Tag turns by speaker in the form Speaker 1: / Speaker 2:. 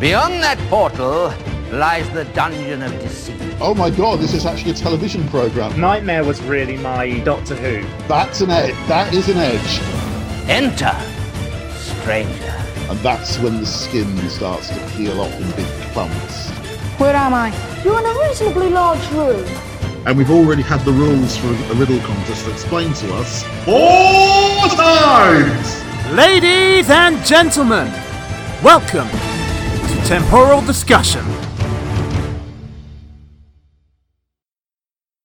Speaker 1: Beyond that portal lies the dungeon of deceit.
Speaker 2: Oh my god, this is actually a television program.
Speaker 3: Nightmare was really my Doctor Who.
Speaker 2: That's an edge. That is an edge.
Speaker 1: Enter, stranger.
Speaker 2: And that's when the skin starts to peel off in big clumps.
Speaker 4: Where am I?
Speaker 5: You're in a reasonably large room.
Speaker 6: And we've already had the rules for a riddle contest explained to us four times!
Speaker 7: Ladies and gentlemen, welcome to Temporal Discussion.